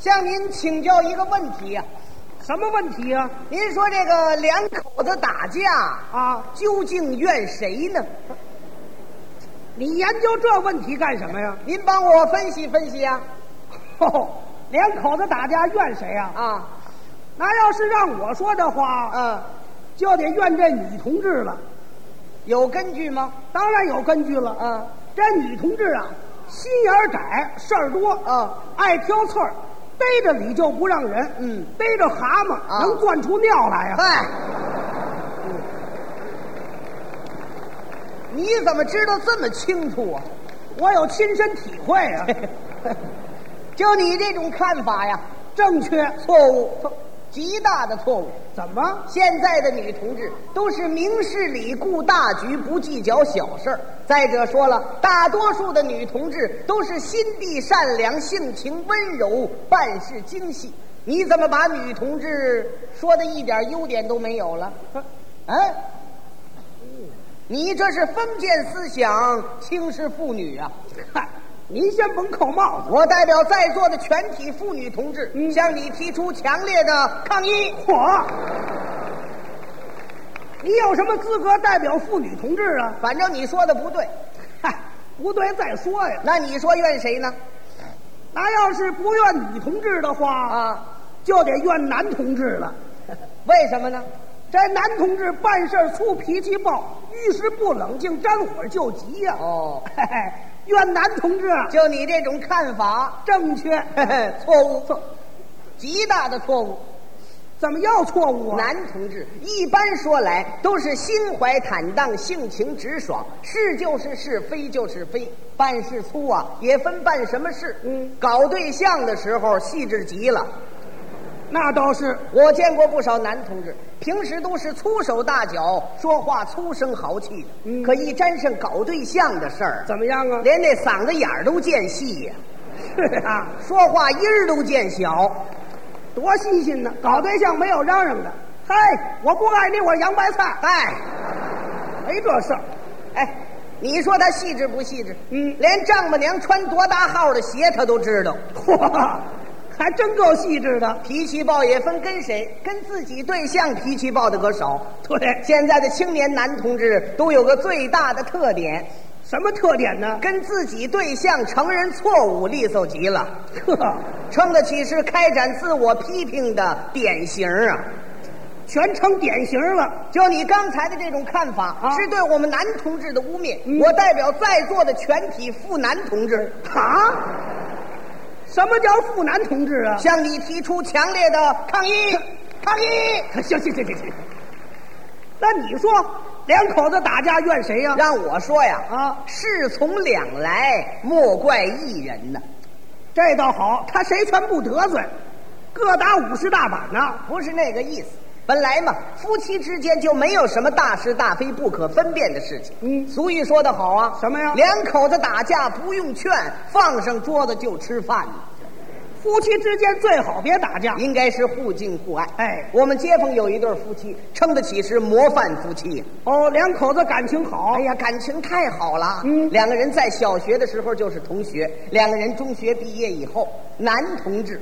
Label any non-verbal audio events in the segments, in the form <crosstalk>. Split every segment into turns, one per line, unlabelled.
向您请教一个问题呀、
什么问题啊呀、
您说这个两口子打架，
啊？
究竟怨谁呢？
你研究这问题干什么呀？ <laughs>
您帮我分析分析啊！
哦，两口子打架怨谁呀、
啊，
那要是让我说的话，
嗯，
就得怨这女同志了。
有根据吗？
当然有根据了。
嗯，
这女同志啊，心眼儿窄，事儿多，
嗯，
爱挑刺儿，逮着你就不让人，
嗯，
逮着蛤蟆、
啊
能攥出尿来呀、啊
嗨、嗯你怎么知道这么清楚啊？
我有亲身体会
<laughs>
啊，
就你这种看法呀，
正确。
错误，极大的错误。
怎么？
现在的女同志都是明事理、顾大局，不计较小事儿。再者说了，大多数的女同志都是心地善良、性情温柔、办事精细。你怎么把女同志说的一点优点都没有了？哎，你这是封建思想，轻视妇女啊！
嗨，您先甭扣帽子。
我代表在座的全体妇女同志，
嗯
向你提出强烈的抗议。
我，你有什么资格代表妇女同志啊？
反正你说的不对，
嗨，不对再说呀。
那你说怨谁呢？
那要是不怨女同志的话，
啊，
就得怨男同志了。
为什么呢？
这男同志办事儿粗，脾气暴，遇事不冷静，沾火就急呀、
哦，
嘿嘿，怨男同志啊
就你这种看法， <laughs>
正确，
嘿嘿错误，
错
极大的错误。
怎么又错误啊？
男同志一般说来都是心怀坦荡，性情直爽，是就是是，非就是非。办事粗啊，也分办什么事。
嗯，
搞对象的时候细致极了。
那倒是，
我见过不少男同志，平时都是粗手大脚，说话粗声豪气的，
嗯
可一沾上搞对象的事儿，
怎么样啊？
连那嗓子眼儿都见细呀、
是 <laughs> 啊，
说话音儿都见小。
多新鲜呢！搞对象没有嚷嚷的，嘿，我不爱你，我是洋白菜，
哎，
没这事儿。 <laughs>
哎，你说他细致不细致？
嗯
连丈母娘穿多大号的鞋他都知道。
嚯，还真够细致的。
脾气暴也分跟谁，跟自己对象脾气暴的可少。
对，
现在的青年男同志都有个最大的特点，
什么特点呢？
跟自己对象承认错误利索极了，
呵，
称得起是开展自我批评的典型啊！
全成典型了。
就你刚才的这种看法，
啊
是对我们男同志的污蔑。
嗯
我代表在座的全体妇男同志，
啊？什么叫妇男同志啊？
向你提出强烈的抗议，抗议！
行行行行行，那你说两口子打架怨谁呀、
让我说呀，
啊
事从两来，莫怪一人呐。
这倒好，他谁全不得罪，各打五十大板呢。
不是那个意思。本来嘛，夫妻之间就没有什么大是大非不可分辨的事情。
嗯
俗语说得好啊，
什么呀
两口子打架不用劝，放上桌子就吃饭呢
啊夫妻之间最好别打架。
应该是互敬互爱。
哎
我们街坊有一对夫妻，称得起是模范夫妻。
哦，两口子感情好。
哎呀，感情太好了。
嗯
两个人在小学的时候就是同学，两个人中学毕业以后，男同志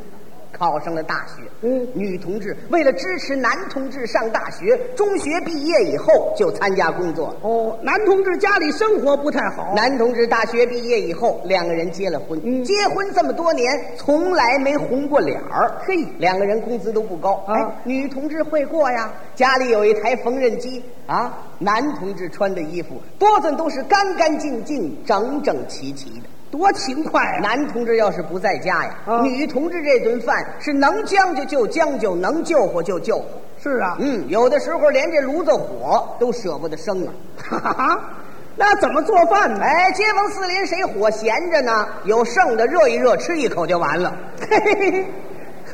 考上了大学，
嗯
女同志为了支持男同志上大学，中学毕业以后就参加工作了。
哦，男同志家里生活不太好。
男同志大学毕业以后，两个人结了婚。
嗯
结婚这么多年，从来没红过脸儿。
嘿
两个人工资都不高。
啊
哎，女同志会过呀，家里有一台缝纫机啊。男同志穿的衣服，多半都是干干净净、整整齐齐的。
多勤快啊！
男同志要是不在家呀，
啊
女同志这顿饭是能将就就将就，能救活就救活。
是啊，
嗯，有的时候连这炉子火都舍不得生
<laughs>
啊。
哈哈， <laughs> 那怎么做饭呢？
哎，街坊四邻谁火闲着呢？有剩的热一热，吃一口就完了。
嘿嘿嘿，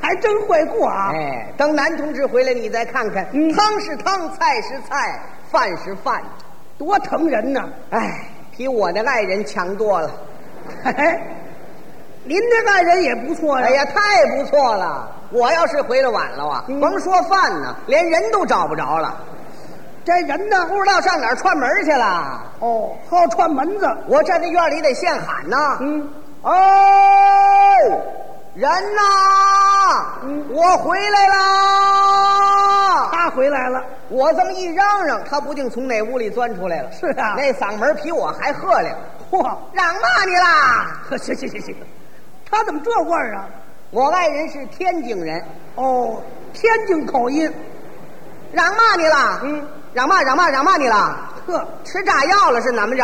还真会过啊！
哎，等男同志回来，你再看看，
嗯
汤是汤，菜是菜，饭是饭。
多疼人呢。
哎，比我的爱人强多了。
嘿嘿，您这爱人也不错呀。
哎呀，太不错了！我要是回来晚了啊，
嗯
甭说饭呢，连人都找不着了，
这人呢？
不知道上哪儿串门去了。
哦，好串门子。
我站在院里得现喊呐！
嗯，
哦，人呐！啊，我回来啦！
他回来了，
我这么一嚷嚷，他不定从哪屋里钻出来了。
是啊
那嗓门比我还喝亮，
嚯，
嚷骂你啦！
呵，行行行行，他怎么这味儿啊？
我爱人是天津人，
哦，天津口音，
嚷骂你啦！
嗯，
嚷骂嚷骂嚷骂你啦！
呵，哎
吃炸药了是怎么着？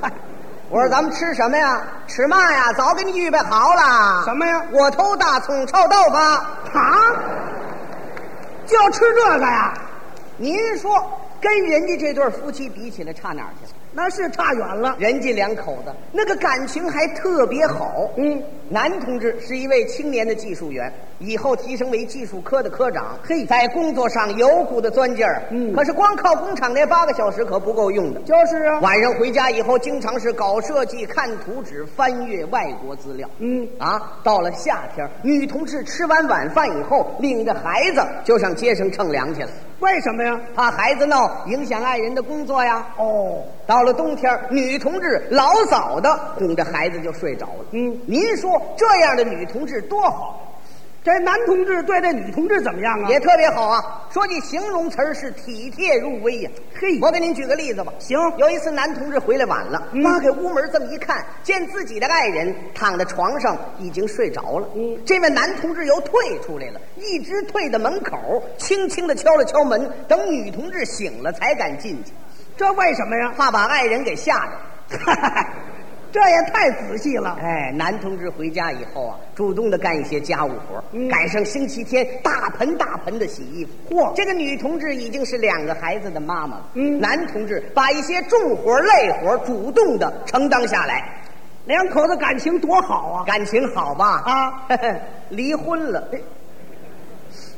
嗨，
我
嗯
说咱们吃什么呀？吃嘛呀？早给你预备好了。
什么呀？
我偷大葱臭豆腐。
啊，就要吃这个呀？
您说跟人家这对夫妻比起来差哪儿去？
那是差远了。
人家两口子那个感情还特别好。
嗯，
男同志是一位青年的技术员，以后提升为技术科的科长。
嘿
在工作上有股的钻劲儿。
嗯
可是光靠工厂那八个小时可不够用的。
就是啊。
晚上回家以后，经常是搞设计、看图纸、翻阅外国资料。
嗯，
啊，到了夏天，女同志吃完晚饭以后，领着孩子就上街上乘凉去了，
为什么呀？
怕孩子闹影响爱人的工作呀。
哦，
到了冬天，女同志老早的哄着孩子就睡着了。
嗯
您说这样的女同志多好，
这男同志对这女同志怎么样啊？
也特别好啊！说句形容词儿是体贴入微呀、
嘿
我给您举个例子吧。
行
有一次男同志回来晚了，
嗯
扒开屋门这么一看，见自己的爱人躺在床上已经睡着了。
嗯
这位男同志又退出来了，一直退到门口，轻轻地敲了敲门，等女同志醒了才敢进去，
这为什么呀？
怕把爱人给
<laughs>
吓着。
这也太仔细了。
哎，男同志回家以后啊，主动的干一些家务活，
嗯
赶上星期天，大盆大盆的洗衣服。
嚯
这个女同志已经是两个孩子的妈妈了。
嗯
男同志把一些重活累活主动的承担下来，
两口子感情多好啊！
感情好吧？
啊，
<laughs> 离婚了。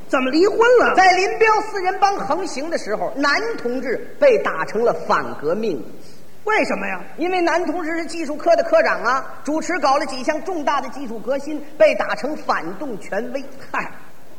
怎么离婚了？
在林彪四人帮横行的时候，男同志被打成了反革命。
为什么呀？
因为男同志是技术科的科长啊，主持搞了几项重大的技术革新，被打成反动权威。嗨，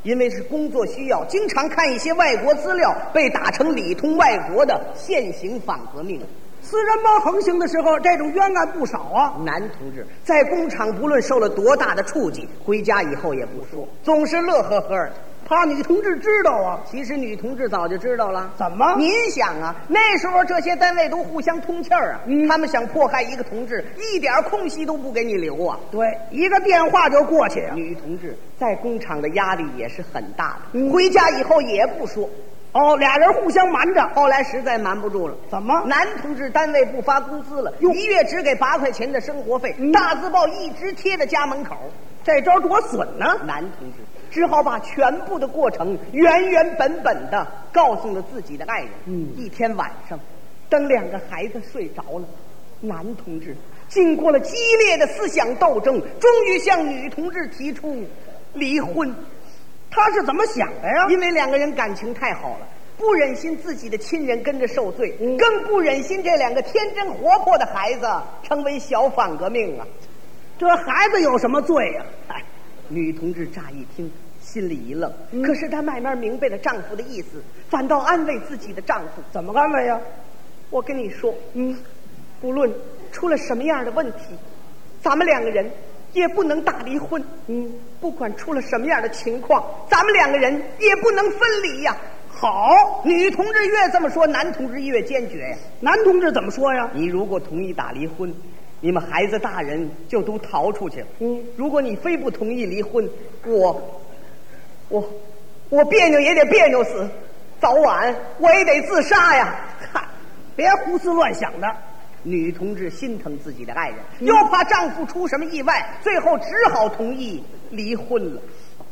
因为是工作需要，经常看一些外国资料，被打成里通外国的现行反革命。
私人帮横行的时候，这种冤案不少啊。
男同志在工厂不论受了多大的触及，回家以后也不说，总是乐呵呵的。
怕女同志知道啊？
其实女同志早就知道了。
怎么
您想啊，那时候这些单位都互相通气儿啊，
嗯
他们想迫害一个同志，一点空隙都不给你留啊。
对，一个电话就过去啊。
女同志在工厂的压力也是很大的，
嗯
回家以后也不说。
哦，俩人互相瞒着。
后来实在瞒不住了，
怎么
男同志单位不发工资了，
哟
一月只给八块钱的生活费，
嗯
大字报一直贴在家门口。
这招多损呢、
男同志只好把全部的过程原原本本的告诉了自己的爱人。
嗯
一天晚上，等两个孩子睡着了，男同志经过了激烈的思想斗争，终于向女同志提出离婚。
他是怎么想的呀？
因为两个人感情太好了，不忍心自己的亲人跟着受罪，
嗯
更不忍心这两个天真活泼的孩子成为小反革命啊！
这孩子有什么罪呀、
哎，女同志乍一听，心里一愣，
嗯
可是她慢慢明白了丈夫的意思，反倒安慰自己的丈夫：
怎么安慰啊呀？
我跟你说，
嗯，
不论出了什么样的问题，咱们两个人也不能大离婚。
嗯，
不管出了什么样的情况，咱们两个人也不能分离呀、好，女同志越这么说，男同志越坚决呀。
男同志怎么说呀？
你如果同意打离婚，你们孩子大人就都逃出去了。
嗯
如果你非不同意离婚，我，我，我别扭也得别扭死，早晚我也得自杀呀！
嗨，别胡思乱想的。
女同志心疼自己的爱人，
嗯
又怕丈夫出什么意外，最后只好同意离婚了。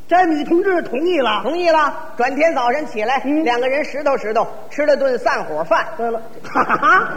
这女同志同意了。
同意了。转天早晨起来，
嗯
两个人拾掇拾掇，吃了顿散伙饭。
对了，哈哈，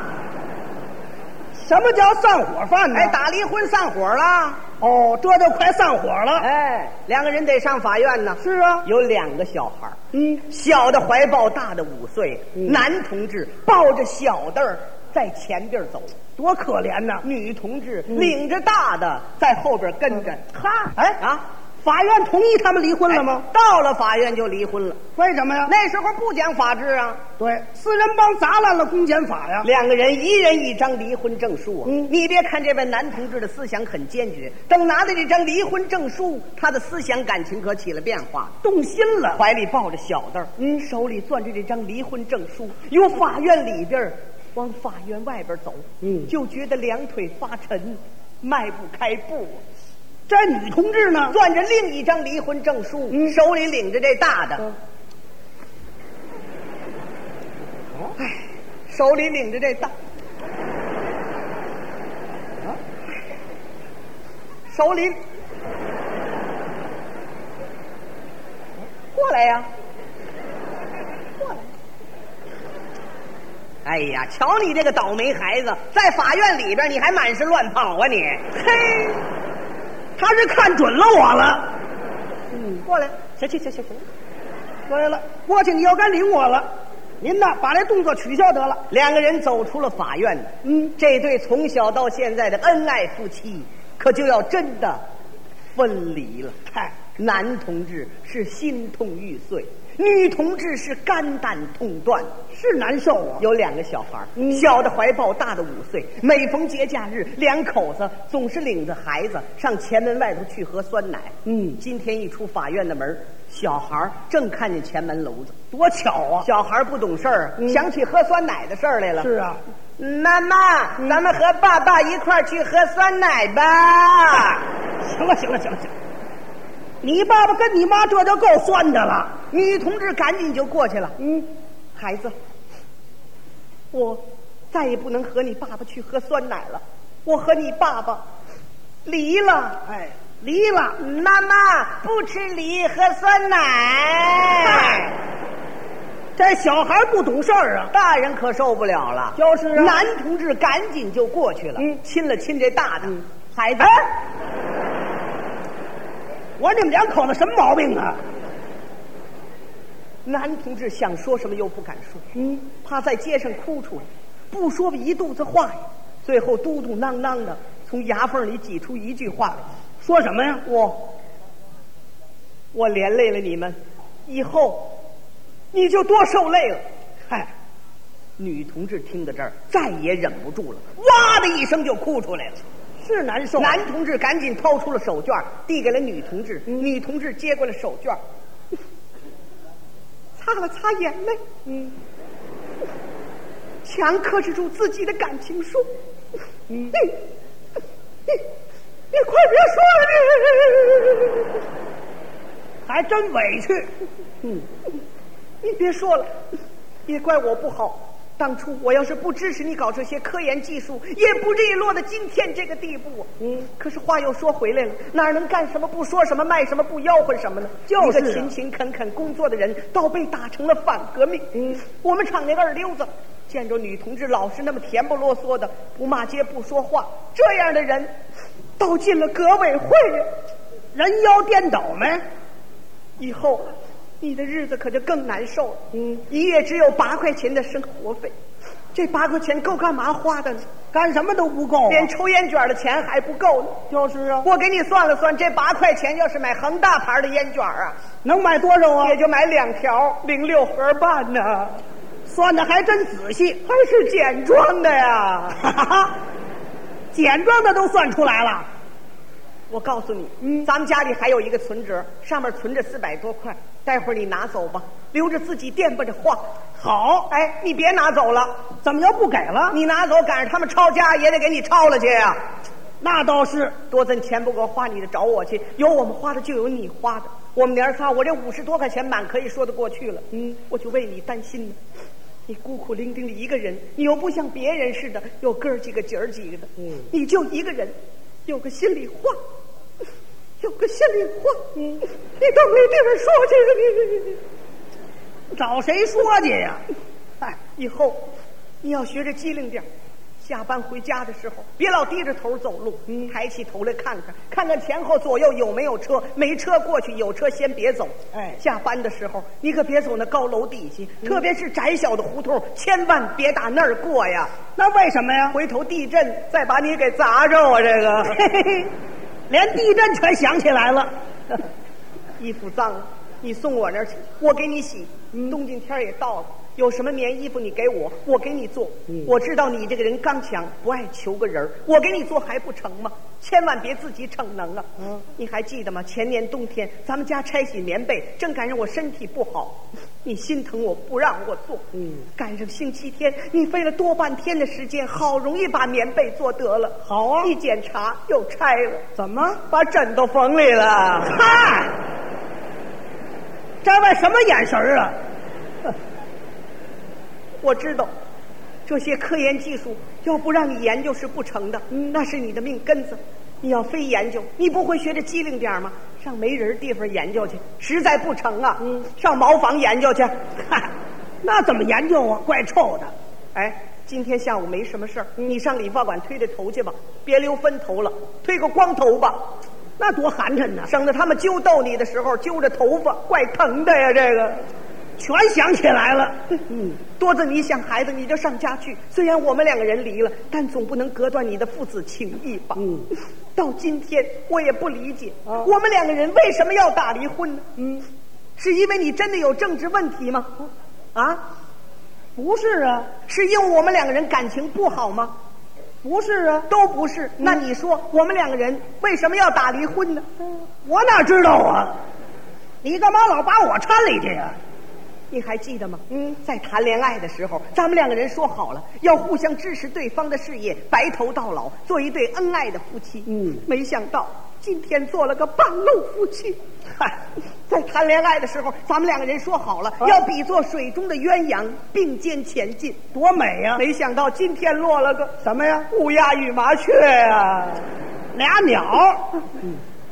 什么叫散伙饭呢？
哎，打离婚散伙了。
哦，这就快散伙了。
哎，两个人得上法院呢。
是啊，
有两个小孩儿
嗯，
小的怀抱大的五岁，
嗯
男同志抱着小的儿在前边走，
多可怜呐！嗯
女同志领着大的在后边跟着。
哈，哎
啊，
法院同意他们离婚了吗？
到了法院就离婚了，
为什么呀？
那时候不讲法治啊，
对，四人帮砸烂了公检法呀。
两个人一人一张离婚证书啊。
嗯
你别看这位男同志的思想很坚决，等拿到这张离婚证书，他的思想感情可起了变化了。
动心了，
怀里抱着小袋儿，嗯，手里攥着这张离婚证书，由法院里边儿往法院外边走，
嗯
就觉得两腿发沉，迈不开步，
这女同志呢？
攥着另一张离婚证书，
嗯
手里领着这大的，
嗯
哎，手里领着这大，嗯手里。过来呀、哎呀，瞧你这个倒霉孩子，在法院里边你还满是乱跑啊你！
嘿，他是看准了我了。
嗯，过来，行行行行行，
对了，过去你要敢领我了，您呐把这动作取消得了。
两个人走出了法院。
嗯，
这对从小到现在的恩爱夫妻，可就要真的分离了。
嗨，
男同志是心痛欲碎，女同志是肝胆痛断。
是难受啊。
有两个小孩儿，
嗯
小的怀抱，大的五岁。每逢节假日，两口子总是领着孩子上前门外头去喝酸奶。
嗯
今天一出法院的门儿，小孩儿正看见前门楼子。
多巧啊！
小孩儿不懂事儿啊，
嗯
想起喝酸奶的事儿来了。
是啊，
妈妈，咱们和爸爸一块儿去喝酸奶吧。
行了行了行了行了，你爸爸跟你妈这就够酸的了。
女同志赶紧就过去了。
嗯，
孩子，我再也不能和你爸爸去喝酸奶了，我和你爸爸离了。
哎，离了。
妈妈不吃梨，喝酸奶。
嗨这小孩不懂事儿啊。
大人可受不了了，
就是啊
男同志赶紧就过去了，
嗯
亲了亲这大的、孩子。
哎，我说你们两口子什么毛病啊？
男同志想说什么又不敢说，
嗯，
怕在街上哭出来，不说吧一肚子话呀。最后嘟嘟囔囔的从牙缝里挤出一句话来
说什么呀：“？
我，我连累了你们，以后你就多受累了。”
嗨，
女同志听到这儿，再也忍不住了，哇的一声就哭出来了。
是难受。
男同志赶紧掏出了手绢，递给了女同志。
嗯
女同志接过了手绢，擦了擦眼泪，
嗯，
强克制住自己的感情，说：“你
嗯
你你快别说了，
还真委屈。
你你别说了，也怪我不好。当初我要是不支持你搞这些科研技术，也不至于落到今天这个地步。
嗯，
可是话又说回来了，哪儿能干什么不说什么卖什么不吆喝什么呢？
就是啊
一个勤勤恳恳工作的人，倒被打成了反革命。
嗯，
我们厂那个二溜子，见着女同志老是那么甜不啰嗦的，不骂街不说话，这样的人，倒进了革委会呀。
人妖颠倒没？
以后你的日子可就更难受了。
嗯，
一月只有八块钱的生活费，这八块钱够干嘛花的呢？
干什么都不够、啊。
连抽烟卷的钱还不够呢。
就是啊，
我给你算了算，这八块钱要是买恒大牌的烟卷啊，
能买多少啊
也？就买两条，零六盒半呢、
算的还真仔细。
还是简装的呀。
哈哈 <laughs> 哈，简装的都算出来了。
我告诉你，嗯，咱们家里还有一个存折，上面存着四百多块，待会儿你拿走吧，留着自己惦吧着花。
好，
哎，你别拿走了，
怎么又不给了？
你拿走赶上他们抄家也得给你抄了去呀、
那倒是，
多挣钱不够花，你得找我去。有我们花的，就有你花的。我们娘儿仨，我这五十多块钱满可以说得过去了。嗯，我就为你担心呢。你孤苦伶仃的一个人，你又不像别人似的有哥儿几个姐儿几个的。嗯，你就一个人，有个心里话，有个心里话，嗯，你都没地方说去。你
找谁说去呀？
哎，以后你要学着机灵点儿下班回家的时候，别老低着头走路，抬起头来看看，看看前后左右有没有车，没车过去，有车先别走。
哎
下班的时候你可别走那高楼底下，特别是窄小的胡同，千万别打那儿过呀，
那为什么呀？
回头地震再把你给砸着啊！这个
嘿嘿嘿，连地震全想起来了。
衣服脏了，你送我那儿去，我给你洗。
嗯
冬今天儿也到了，有什么棉衣服你给我，我给你做。
嗯
我知道你这个人刚强，不爱求个人儿我给你做还不成吗？千万别自己逞能了。嗯，你还记得吗？前年冬天咱们家拆洗棉被，正赶上我身体不好，你心疼我不让我做。嗯，赶上星期天，你费了多半天的时间，好容易把棉被做得了。
好啊
一检查又拆了，
怎么？
把枕头缝里了。
嗨，这位什么眼神儿啊？
我知道，这些科研技术要不让你研究是不成的，
嗯
那是你的命根子。你要非研究，你不会学着机灵点儿吗？上没人地方研究去，实在不成啊，上茅房研究去。
嗨，嗯那怎么研究啊？怪臭的。嗯
哎，今天下午没什么事儿，你上理发馆推推头去吧，别留分头了，推个光头吧，
那多寒碜呐！
省得他们揪逗你的时候揪着头发，怪疼的呀。这个。
全想起来了。
嗯， <laughs> 多子，你想孩子，你就上家去。虽然我们两个人离了，但总不能隔断你的父子情谊吧？嗯，到今天我也不理解，
啊
我们两个人为什么要打离婚呢？嗯，是因为你真的有政治问题吗？啊，
不是啊，
是因为我们两个人感情不好吗？
不是啊，
都不是。那你说我们两个人为什么要打离婚呢？
我哪知道啊？你干嘛老把我掺里去呀、
你还记得吗？嗯，在谈恋爱的时候，咱们两个人说好了要互相支持对方的事业，白头到老，做一对恩爱的夫妻。
嗯
没想到今天做了个半路夫妻。嗨，在谈恋爱的时候，咱们两个人说好了、
啊
要比作水中的鸳鸯，并肩前进。
多美呀、
没想到今天落了个
什么呀？
乌鸦与麻雀呀、
俩鸟，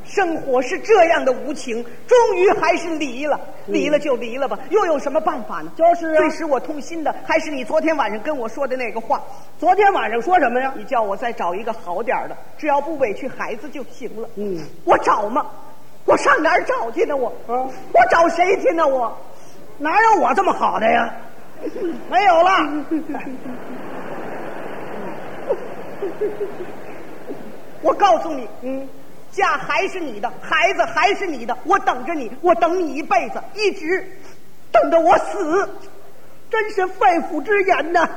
生活是这样的无情，终于还是离了，离了就离了吧，又有什么办法呢？
嗯就是啊
最使我痛心的还是你昨天晚上跟我说的那个话，
昨天晚上说什么呀？
你叫我再找一个好点儿的，只要不委屈孩子就行了。
嗯，
我找嘛，我上哪儿找去呢？我，
啊
我找谁去呢？我，
哪有我这么好的呀？没有了，
我告诉你，嗯，家还是你的，孩子还是你的，我等着你，我等你一辈子，一直等到我死，真是肺腑之言呐、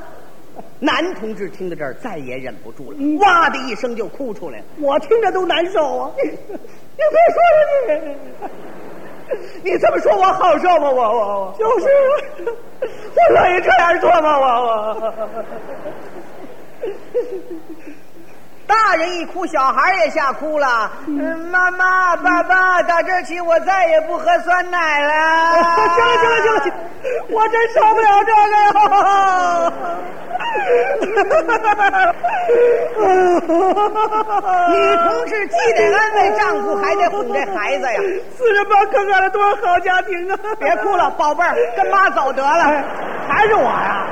男同志听到这儿，再也忍不住了，哇的一声就哭出来了。
我听着都难受啊！
你别说了你，你这么说我好受吗？我我我
就是啊，
<laughs> 我乐意这样做吗？我我。大人一哭，小孩也吓哭了。嗯，妈妈、爸爸，打这起我再也不喝酸奶了。
<laughs> 行了行了行了行了，我真受不了这个呀！
<laughs> 女同志既得安慰丈夫，还得哄这孩子呀。
四人帮坑害了多少好家庭啊！
别哭了，宝贝儿，跟妈走得了。
还是我呀、